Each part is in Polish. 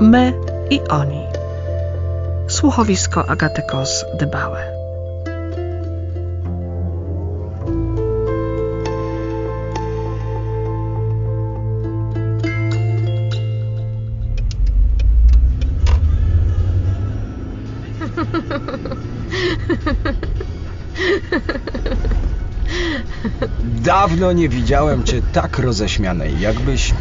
my i oni. Słuchowisko Agaty Kos Dybałe. Dawno nie widziałem cię tak roześmianej, jakbyś.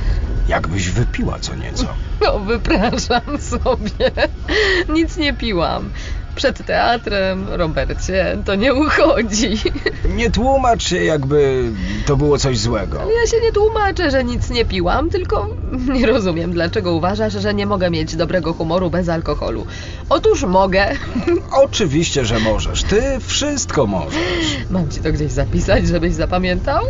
jakbyś wypiła co nieco. No, wypraszam sobie. Nic nie piłam. Przed teatrem, Robercie, to nie uchodzi. Nie tłumacz się, jakby to było coś złego. Ja się nie tłumaczę, że nic nie piłam, tylko nie rozumiem, dlaczego uważasz, że nie mogę mieć dobrego humoru bez alkoholu. Otóż mogę. Oczywiście, że możesz. Ty wszystko możesz. Mam ci to gdzieś zapisać, żebyś zapamiętał?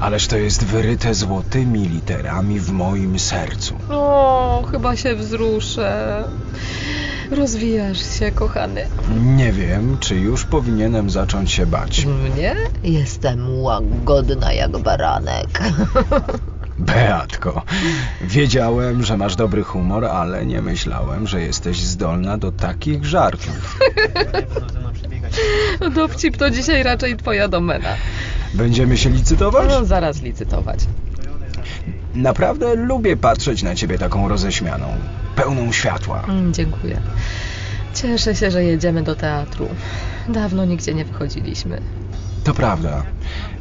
Ależ to jest wyryte złotymi literami w moim sercu. O, chyba się wzruszę. Rozwijasz się, kochany. Nie wiem, czy już powinienem zacząć się bać. Mnie? Jestem łagodna jak baranek. Beatko, wiedziałem, że masz dobry humor, ale nie myślałem, że jesteś zdolna do takich żartów. Dowcip to dzisiaj raczej twoja domena. Będziemy się licytować? No, zaraz licytować. Naprawdę lubię patrzeć na ciebie taką roześmianą, pełną światła. Mm, Dziękuję. Cieszę się, że jedziemy do teatru. Dawno nigdzie nie wychodziliśmy. To prawda,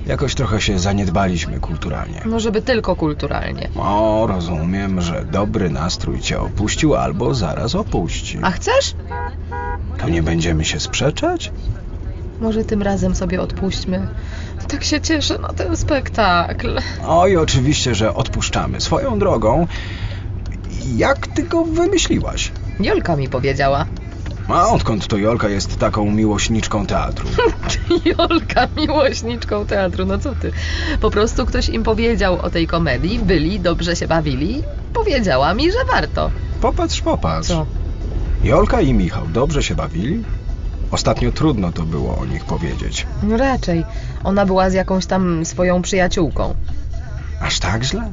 jakoś trochę się zaniedbaliśmy kulturalnie. No, żeby tylko kulturalnie. O, rozumiem, że dobry nastrój cię opuścił albo zaraz opuści. A chcesz? To nie będziemy się sprzeczać? Może tym razem sobie odpuśćmy. Tak się cieszę na ten spektakl. Oj, oczywiście, że odpuszczamy. Swoją drogą, jak ty go wymyśliłaś? Jolka mi powiedziała. A odkąd to Jolka jest taką miłośniczką teatru? Jolka, miłośniczką teatru, no co ty? Po prostu ktoś im powiedział o tej komedii, byli, dobrze się bawili. Powiedziała mi, że warto. Popatrz, popatrz. Co? Jolka i Michał dobrze się bawili? Ostatnio trudno to było o nich powiedzieć. No raczej. Ona była z jakąś tam swoją przyjaciółką. Aż tak źle?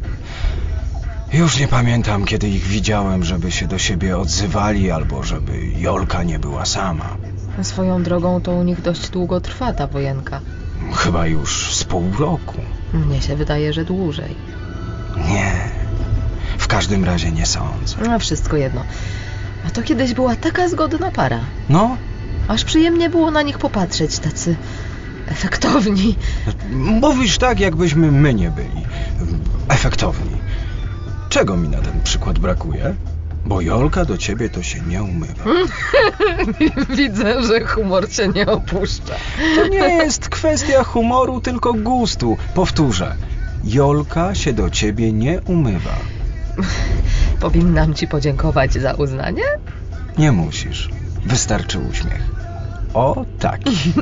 Już nie pamiętam, kiedy ich widziałem, żeby się do siebie odzywali albo żeby Jolka nie była sama. Swoją drogą to u nich dość długo trwa ta wojenka. Chyba już z pół roku. Mnie się wydaje, że dłużej. Nie. W każdym razie nie sądzę. A No, wszystko jedno. A to kiedyś była taka zgodna para. No, Aż przyjemnie było na nich popatrzeć, tacy efektowni. mówisz tak, jakbyśmy my nie byli efektowni. Czego mi na ten przykład brakuje? Bo Jolka do ciebie to się nie umywa. Widzę, że humor cię nie opuszcza. To nie jest kwestia humoru, tylko gustu. Powtórzę. Jolka się do ciebie nie umywa. Powinnam ci podziękować za uznanie? Nie musisz. Wystarczy uśmiech. O, tak. taki.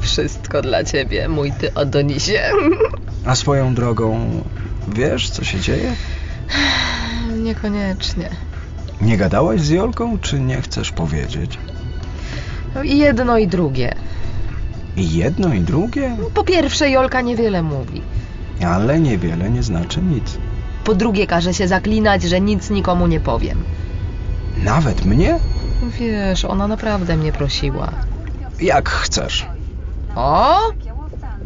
Wszystko dla ciebie, mój ty Adonisie. A swoją drogą, wiesz, co się dzieje? Niekoniecznie. Nie gadałaś z Jolką, czy nie chcesz powiedzieć? No i Jedno i drugie. I jedno, i drugie, No, Po pierwsze, Jolka niewiele mówi. ale niewiele nie znaczy nic. Po drugie, każe się zaklinać, że nic nikomu nie powiem. No Nawet mnie? Wiesz, ona naprawdę mnie prosiła. Jak chcesz. O!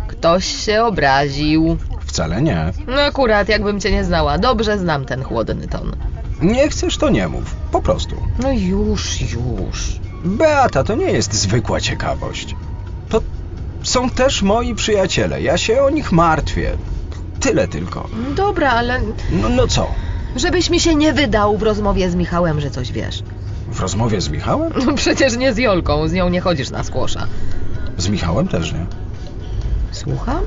Ktoś się obraził. Wcale nie. No akurat, jakbym cię nie znała, dobrze znam ten chłodny ton. Nie chcesz, to nie mów. Po prostu. No już, już. Beata, to nie jest zwykła ciekawość. To są też moi przyjaciele. Ja się o nich martwię. Tyle tylko. Dobra, ale No, no co? żebyś mi się nie wydał w rozmowie z Michałem, że coś wiesz. W rozmowie z Michałem? No przecież nie z Jolką, z nią nie chodzisz na skłosza. Z Michałem też nie. Słucham?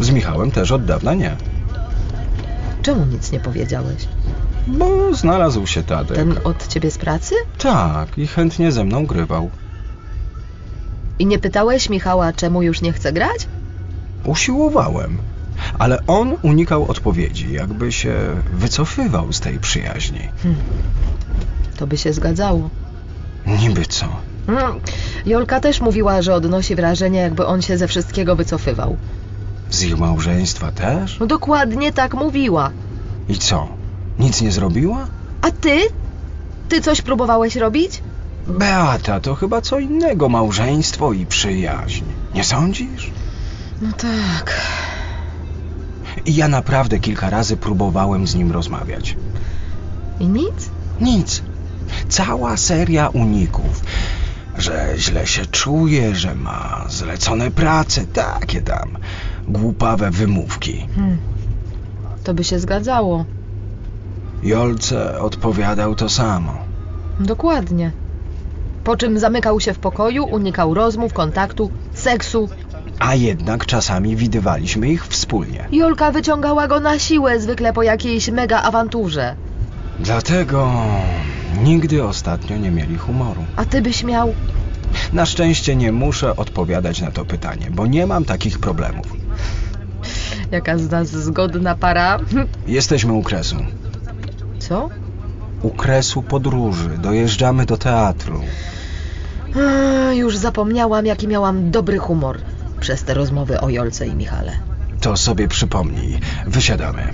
Z Michałem też od dawna nie. Czemu nic nie powiedziałeś? Bo znalazł się Tadek. Ten od ciebie z pracy? Tak, i chętnie ze mną grywał. I nie pytałeś Michała, czemu już nie chce grać? Usiłowałem. Ale on unikał odpowiedzi, jakby się wycofywał z tej przyjaźni. To by się zgadzało. Niby co? Mm. Jolka też mówiła, że odnosi wrażenie, jakby on się ze wszystkiego wycofywał. Z ich małżeństwa też? No dokładnie tak mówiła. I co? Nic nie zrobiła? A ty? Ty coś próbowałeś robić? Beata to chyba co innego małżeństwo i przyjaźń. Nie sądzisz? No tak. I ja naprawdę kilka razy próbowałem z nim rozmawiać. I nic? Nic. Cała seria uników. Że źle się czuje, że ma zlecone prace, takie tam głupawe wymówki. Hmm. To by się zgadzało. Jolce odpowiadał to samo. Dokładnie. Po czym zamykał się w pokoju, unikał rozmów, kontaktu, seksu. A jednak czasami widywaliśmy ich wspólnie. Jolka wyciągała go na siłę, zwykle po jakiejś mega awanturze. Dlatego nigdy ostatnio nie mieli humoru. A ty byś miał. Na szczęście nie muszę odpowiadać na to pytanie, bo nie mam takich problemów. Jaka z nas zgodna para. Jesteśmy u kresu. Co? U kresu podróży. Dojeżdżamy do teatru. Eee, Już zapomniałam, jaki miałam dobry humor przez te rozmowy o Jolce i Michale. To sobie przypomnij. Wysiadamy.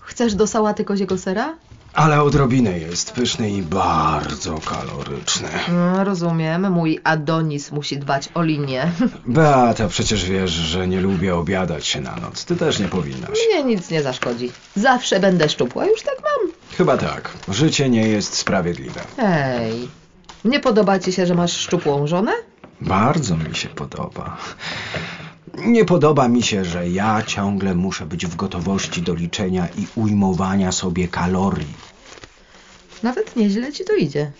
Chcesz do sałaty koziego sera? Ale odrobinę jest pyszny i bardzo kaloryczny. Mm, rozumiem, mój Adonis musi dbać o linię. Beata, przecież wiesz, że nie lubię obiadać się na noc. Ty też nie powinnaś. Mnie nic nie zaszkodzi. Zawsze będę szczupła, już tak mam. Chyba tak. Życie nie jest sprawiedliwe. Ej, nie podoba ci się, że masz szczupłą żonę? Bardzo mi się podoba. Nie podoba mi się, że ja ciągle muszę być w gotowości do liczenia i ujmowania sobie kalorii. Nawet nieźle ci to idzie.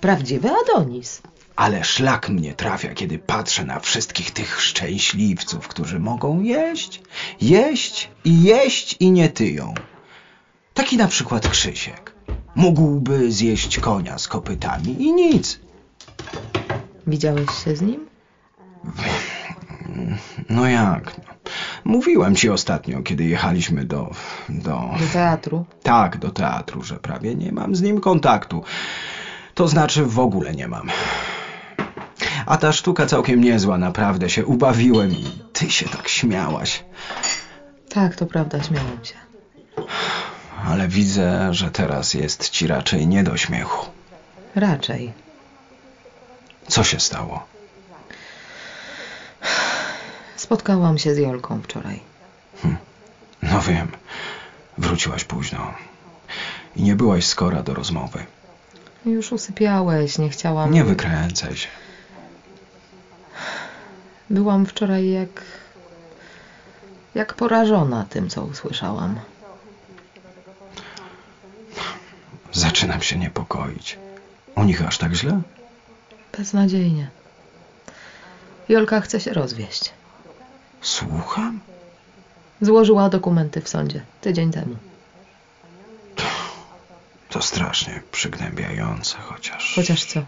Prawdziwy Adonis. Ale szlak mnie trafia, kiedy patrzę na wszystkich tych szczęśliwców, którzy mogą jeść, jeść i jeść i nie tyją. Taki na przykład Krzysiek. Mógłby zjeść konia z kopytami i nic. Widziałeś się z nim? No jak? Mówiłem ci ostatnio, kiedy jechaliśmy do... do... Do teatru. Tak, do teatru, że prawie nie mam z nim kontaktu. To znaczy w ogóle nie mam. A ta sztuka całkiem niezła, naprawdę się ubawiłem i ty się tak śmiałaś. Tak, to prawda, śmiałam się. Ale widzę, że teraz jest ci raczej nie do śmiechu. Raczej. Co się stało? Spotkałam się z Jolką wczoraj. No wiem, wróciłaś późno i nie byłaś skora do rozmowy. Już usypiałeś, nie chciałam. Nie wykręcaj się. Byłam wczoraj jak. jak porażona tym, co usłyszałam. Zaczynam się niepokoić. U nich aż tak źle? Beznadziejnie. Jolka chce się rozwieść. Słucham? Złożyła dokumenty w sądzie tydzień temu. To strasznie przygnębiające, chociaż... Chociaż co?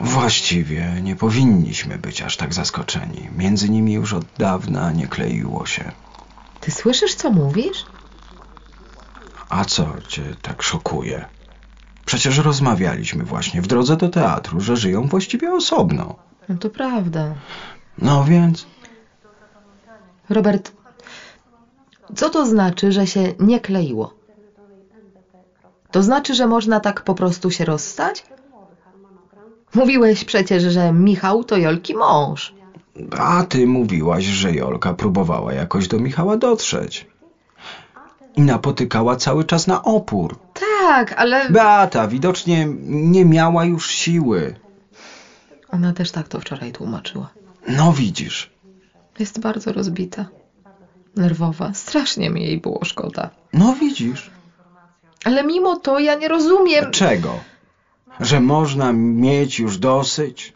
Właściwie nie powinniśmy być aż tak zaskoczeni. Między nimi już od dawna nie kleiło się. Ty słyszysz, co mówisz? A co cię tak szokuje? Przecież rozmawialiśmy właśnie w drodze do teatru, że żyją właściwie osobno. No to prawda. No więc Robert, co to znaczy, że się nie kleiło? To znaczy, że można tak po prostu się rozstać? Mówiłeś przecież, że Michał to Jolki mąż. A ty mówiłaś, że Jolka próbowała jakoś do Michała dotrzeć. I napotykała cały czas na opór. Tak, ale. Beata widocznie nie miała już siły. Ona też tak to wczoraj tłumaczyła. No widzisz. Jest bardzo rozbita, nerwowa. Strasznie mi jej było szkoda. No widzisz. Ale mimo to ja nie rozumiem. Czego? Że można mieć już dosyć?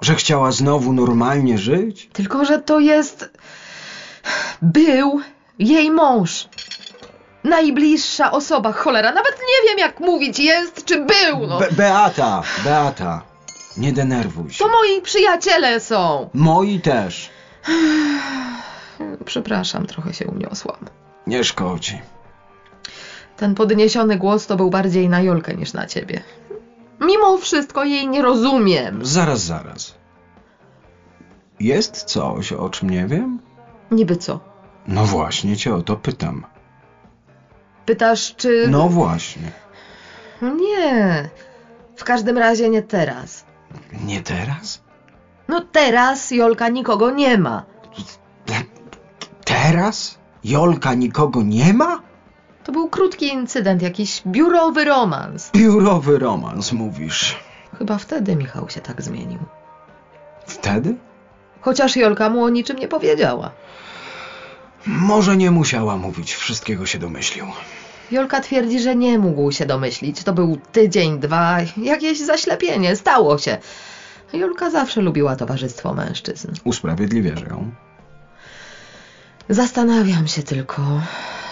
Że chciała znowu normalnie żyć? Tylko, że to jest. Był jej mąż. Najbliższa osoba, cholera. Nawet nie wiem, jak mówić jest, czy był. No. Be- Beata, Beata, nie denerwuj się. To moi przyjaciele są. Moi też. Przepraszam, trochę się uniosłam. Nie szkodzi. Ten podniesiony głos to był bardziej na Jolkę niż na ciebie. Mimo wszystko jej nie rozumiem. Zaraz, zaraz. Jest coś, o czym nie wiem? Niby co? No właśnie cię o to pytam. Pytasz, czy. No No właśnie. Nie. W każdym razie nie teraz. Nie teraz? No teraz Jolka nikogo nie ma. Teraz? Jolka nikogo nie ma? To był krótki incydent, jakiś biurowy romans. Biurowy romans, mówisz. Chyba wtedy Michał się tak zmienił. Wtedy? Chociaż Jolka mu o niczym nie powiedziała. Może nie musiała mówić, wszystkiego się domyślił. Jolka twierdzi, że nie mógł się domyślić. To był tydzień, dwa, jakieś zaślepienie, stało się. Jolka zawsze lubiła towarzystwo mężczyzn. Usprawiedliwiasz ją. Zastanawiam się tylko,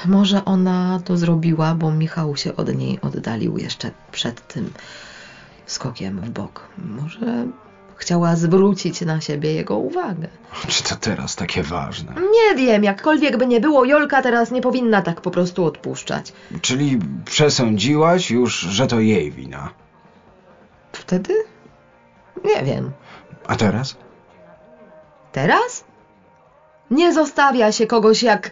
może ona to zrobiła, bo Michał się od niej oddalił jeszcze przed tym skokiem w bok. Może chciała zwrócić na siebie jego uwagę. Czy to teraz takie ważne? Nie wiem, jakkolwiek by nie było, Jolka teraz nie powinna tak po prostu odpuszczać. Czyli przesądziłaś już, że to jej wina. Wtedy? Nie wiem. A teraz? Teraz? Nie zostawia się kogoś jak.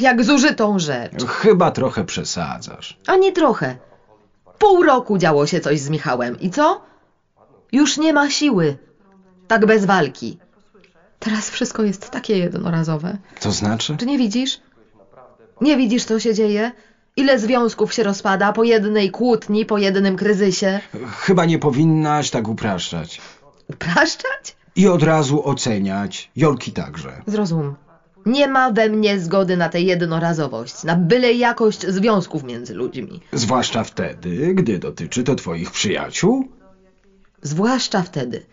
jak zużytą rzecz. Chyba trochę przesadzasz. Ani trochę. Pół roku działo się coś z Michałem i co? Już nie ma siły. Tak bez walki. Teraz wszystko jest takie jednorazowe. To znaczy? Czy nie widzisz? Nie widzisz, co się dzieje? Ile związków się rozpada po jednej kłótni, po jednym kryzysie? Chyba nie powinnaś tak upraszczać. Upraszczać? I od razu oceniać. Jolki także. Zrozum. Nie ma we mnie zgody na tę jednorazowość, na byle jakość związków między ludźmi. Zwłaszcza wtedy, gdy dotyczy to twoich przyjaciół. Zwłaszcza wtedy.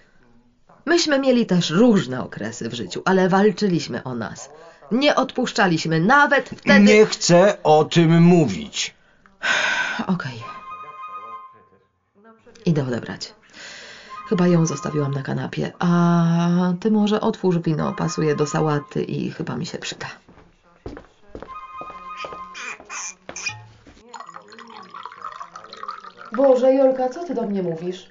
Myśmy mieli też różne okresy w życiu, ale walczyliśmy o nas. Nie odpuszczaliśmy nawet wtedy. Nie chcę o tym mówić. Okej. Idę odebrać. Chyba ją zostawiłam na kanapie. A ty może otwórz wino, pasuje do sałaty i chyba mi się przyda. Boże, Jolka, co ty do mnie mówisz?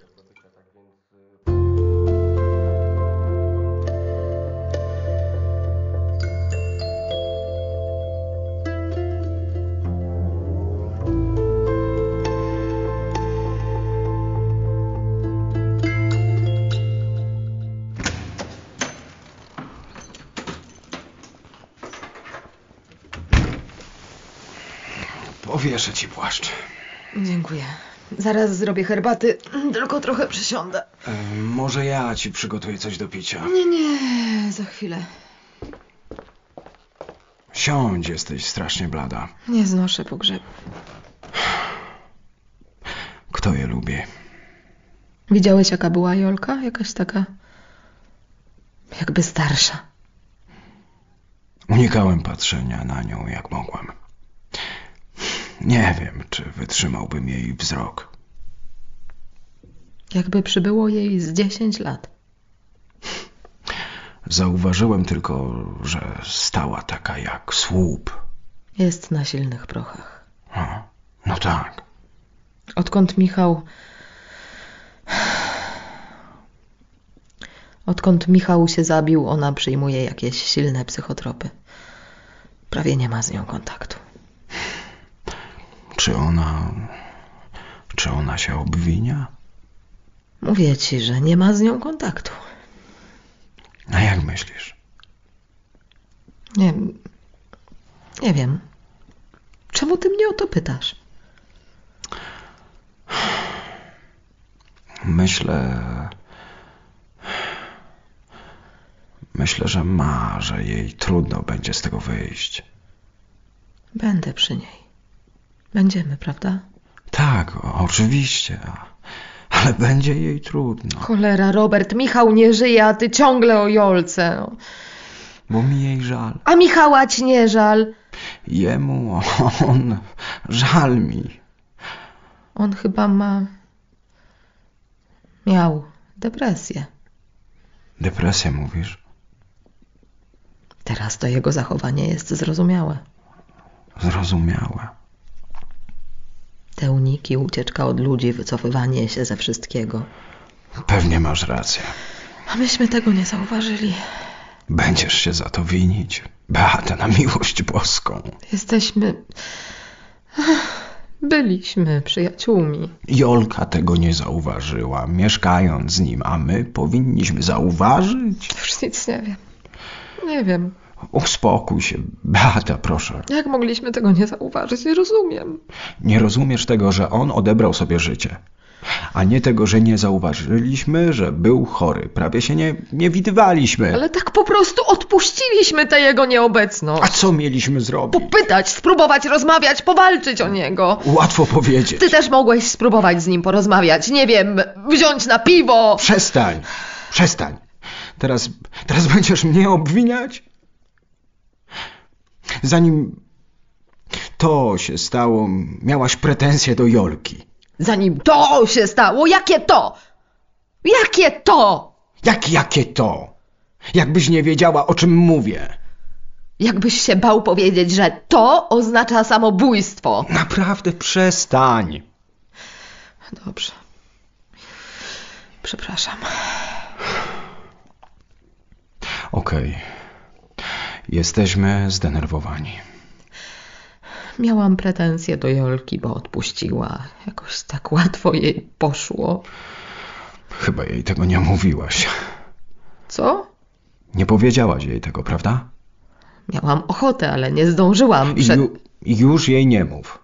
Powieszę ci płaszcz. Dziękuję. Zaraz zrobię herbaty, tylko trochę przysiądę. E, może ja ci przygotuję coś do picia. Nie, nie, za chwilę. Siądź, jesteś strasznie blada. Nie znoszę pogrzebu. Kto je lubi? Widziałeś, jaka była Jolka? Jakaś taka. jakby starsza. Unikałem patrzenia na nią jak mogłem. Nie wiem, czy wytrzymałbym jej wzrok. Jakby przybyło jej z 10 lat. Zauważyłem tylko, że stała taka jak słup. Jest na silnych prochach. No, no tak. Odkąd Michał. Odkąd Michał się zabił, ona przyjmuje jakieś silne psychotropy. Prawie nie ma z nią kontaktu. Czy ona. Czy ona się obwinia? Mówię ci, że nie ma z nią kontaktu. A jak myślisz? Nie, nie wiem. Czemu ty mnie o to pytasz? Myślę. Myślę, że ma, że jej trudno będzie z tego wyjść. Będę przy niej. Będziemy, prawda? Tak, oczywiście, ale będzie jej trudno. Cholera, Robert, Michał nie żyje, a ty ciągle o Jolce. no. bo mi jej żal. A Michała ci nie żal. Jemu, on, żal mi. On chyba ma. Miał depresję. Depresja mówisz? Teraz to jego zachowanie jest zrozumiałe. Zrozumiałe. te uniki, ucieczka od ludzi, wycofywanie się ze wszystkiego. Pewnie masz rację. A myśmy tego nie zauważyli. Będziesz się za to winić. Beata, na miłość boską. Jesteśmy. Byliśmy przyjaciółmi. Jolka tego nie zauważyła, mieszkając z nim, a my powinniśmy zauważyć? Już nic nie wiem. Nie wiem. Uspokój się, Beata, proszę. Jak mogliśmy tego nie zauważyć? Nie rozumiem. Nie rozumiesz tego, że on odebrał sobie życie. A nie tego, że nie zauważyliśmy, że był chory. Prawie się nie, nie widywaliśmy. Ale tak po prostu odpuściliśmy tę jego A nieobecność. co mieliśmy zrobić? Popytać, spróbować rozmawiać, powalczyć o niego. Łatwo powiedzieć. No, Ty też mogłeś spróbować z nim porozmawiać, nie wiem, wziąć na piwo. Przestań! Przestań! Teraz, teraz będziesz mnie obwiniać? Zanim to się stało, miałaś pretensje do Jolki. Zanim to się stało, jakie to? Jakie to? Jak jakie to? Jakbyś nie wiedziała, o czym mówię. Jakbyś się bał powiedzieć, że to oznacza samobójstwo. Naprawdę przestań. Dobrze. Przepraszam. Okej. Jesteśmy zdenerwowani. Miałam pretensje do Jolki, bo odpuściła. Jakoś tak łatwo jej poszło. Chyba jej tego nie mówiłaś. Co? Nie powiedziałaś jej tego, prawda? Miałam ochotę, ale nie zdążyłam I przed... Ju, już jej nie mów.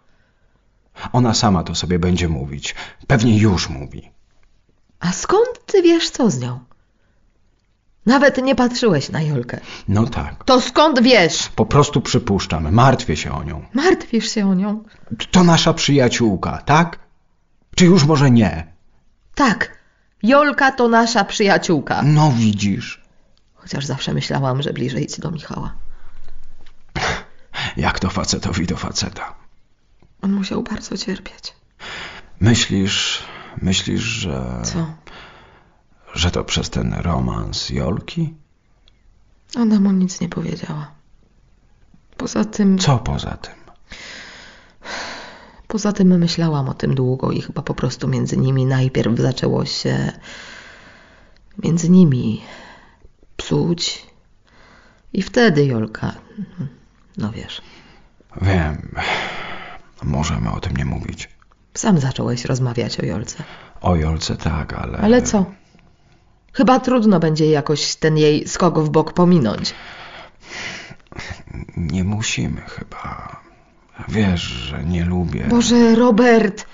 Ona sama to sobie będzie mówić. Pewnie już mówi. A skąd ty wiesz, co z nią? Nawet nie patrzyłeś na Jolkę. No tak. To skąd wiesz? Po prostu przypuszczam. Martwię się o nią. Martwisz się o nią? T- To nasza przyjaciółka, tak? Czy już może nie? Tak, Jolka to nasza przyjaciółka. No widzisz. Chociaż zawsze myślałam, że bliżej ci do Michała. Jak to facetowi do faceta. On musiał bardzo cierpieć. Myślisz, myślisz, że, Co? że to przez ten romans Jolki? Ona mu nic nie powiedziała. Poza tym, Co poza tym? poza tym myślałam o tym długo i chyba po prostu między nimi najpierw zaczęło się między nimi psuć. I wtedy Jolka, no wiesz, Wiem. Możemy o tym nie mówić. sam zacząłeś rozmawiać o Jolce. O Jolce tak, ale... Ale co? Chyba trudno będzie jakoś ten jej skok w bok pominąć. Nie musimy chyba. Wiesz, że nie lubię. Boże, Robert,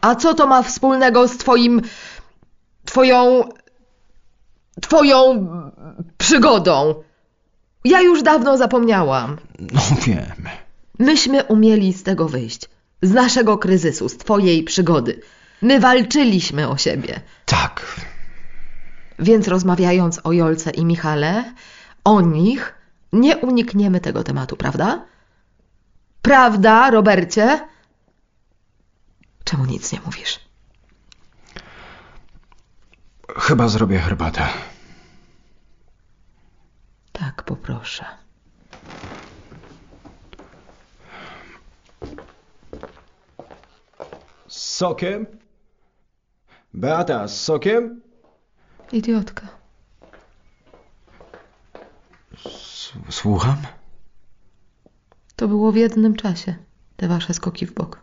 a co to ma wspólnego z twoim... twoją... twoją przygodą? Ja już dawno zapomniałam. No wiem. Myśmy umieli z tego wyjść. Z naszego kryzysu, z twojej przygody. My walczyliśmy o siebie. Tak. Więc rozmawiając o Jolce i Michale, o nich, nie unikniemy tego tematu, prawda? Prawda, Robercie? Czemu nic nie mówisz? Chyba zrobię herbatę. Tak, poproszę. Z sokiem? Beata, z sokiem? Idiotka. Słucham? To było w jednym czasie, te wasze skoki w bok.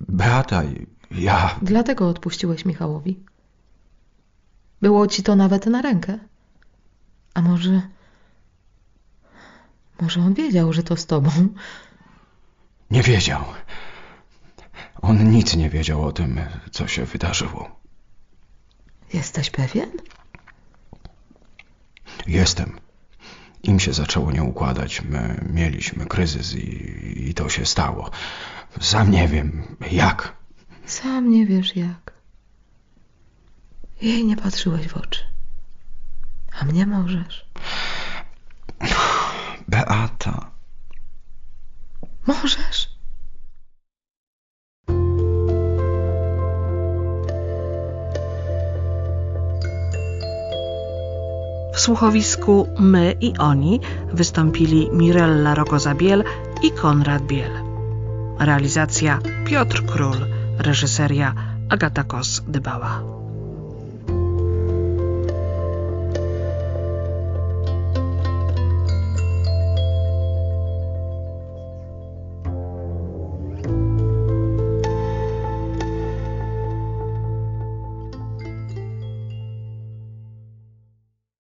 Beata, ja. Dlatego odpuściłeś Michałowi. Było ci to nawet na rękę. A może. Może on wiedział, że to z tobą. Nie wiedział. On nic nie wiedział o tym, co się wydarzyło. Jesteś pewien? Jestem. Im się zaczęło nie układać. My mieliśmy kryzys i, i to się stało. Sam nie wiem jak. Sam nie wiesz jak. Jej nie patrzyłeś w oczy. A mnie możesz. Beata. Możesz. W słuchowisku My i Oni wystąpili Mirella Rogozabiel i Konrad Biel. Realizacja Piotr Król. Reżyseria Agata Kos-Dybała.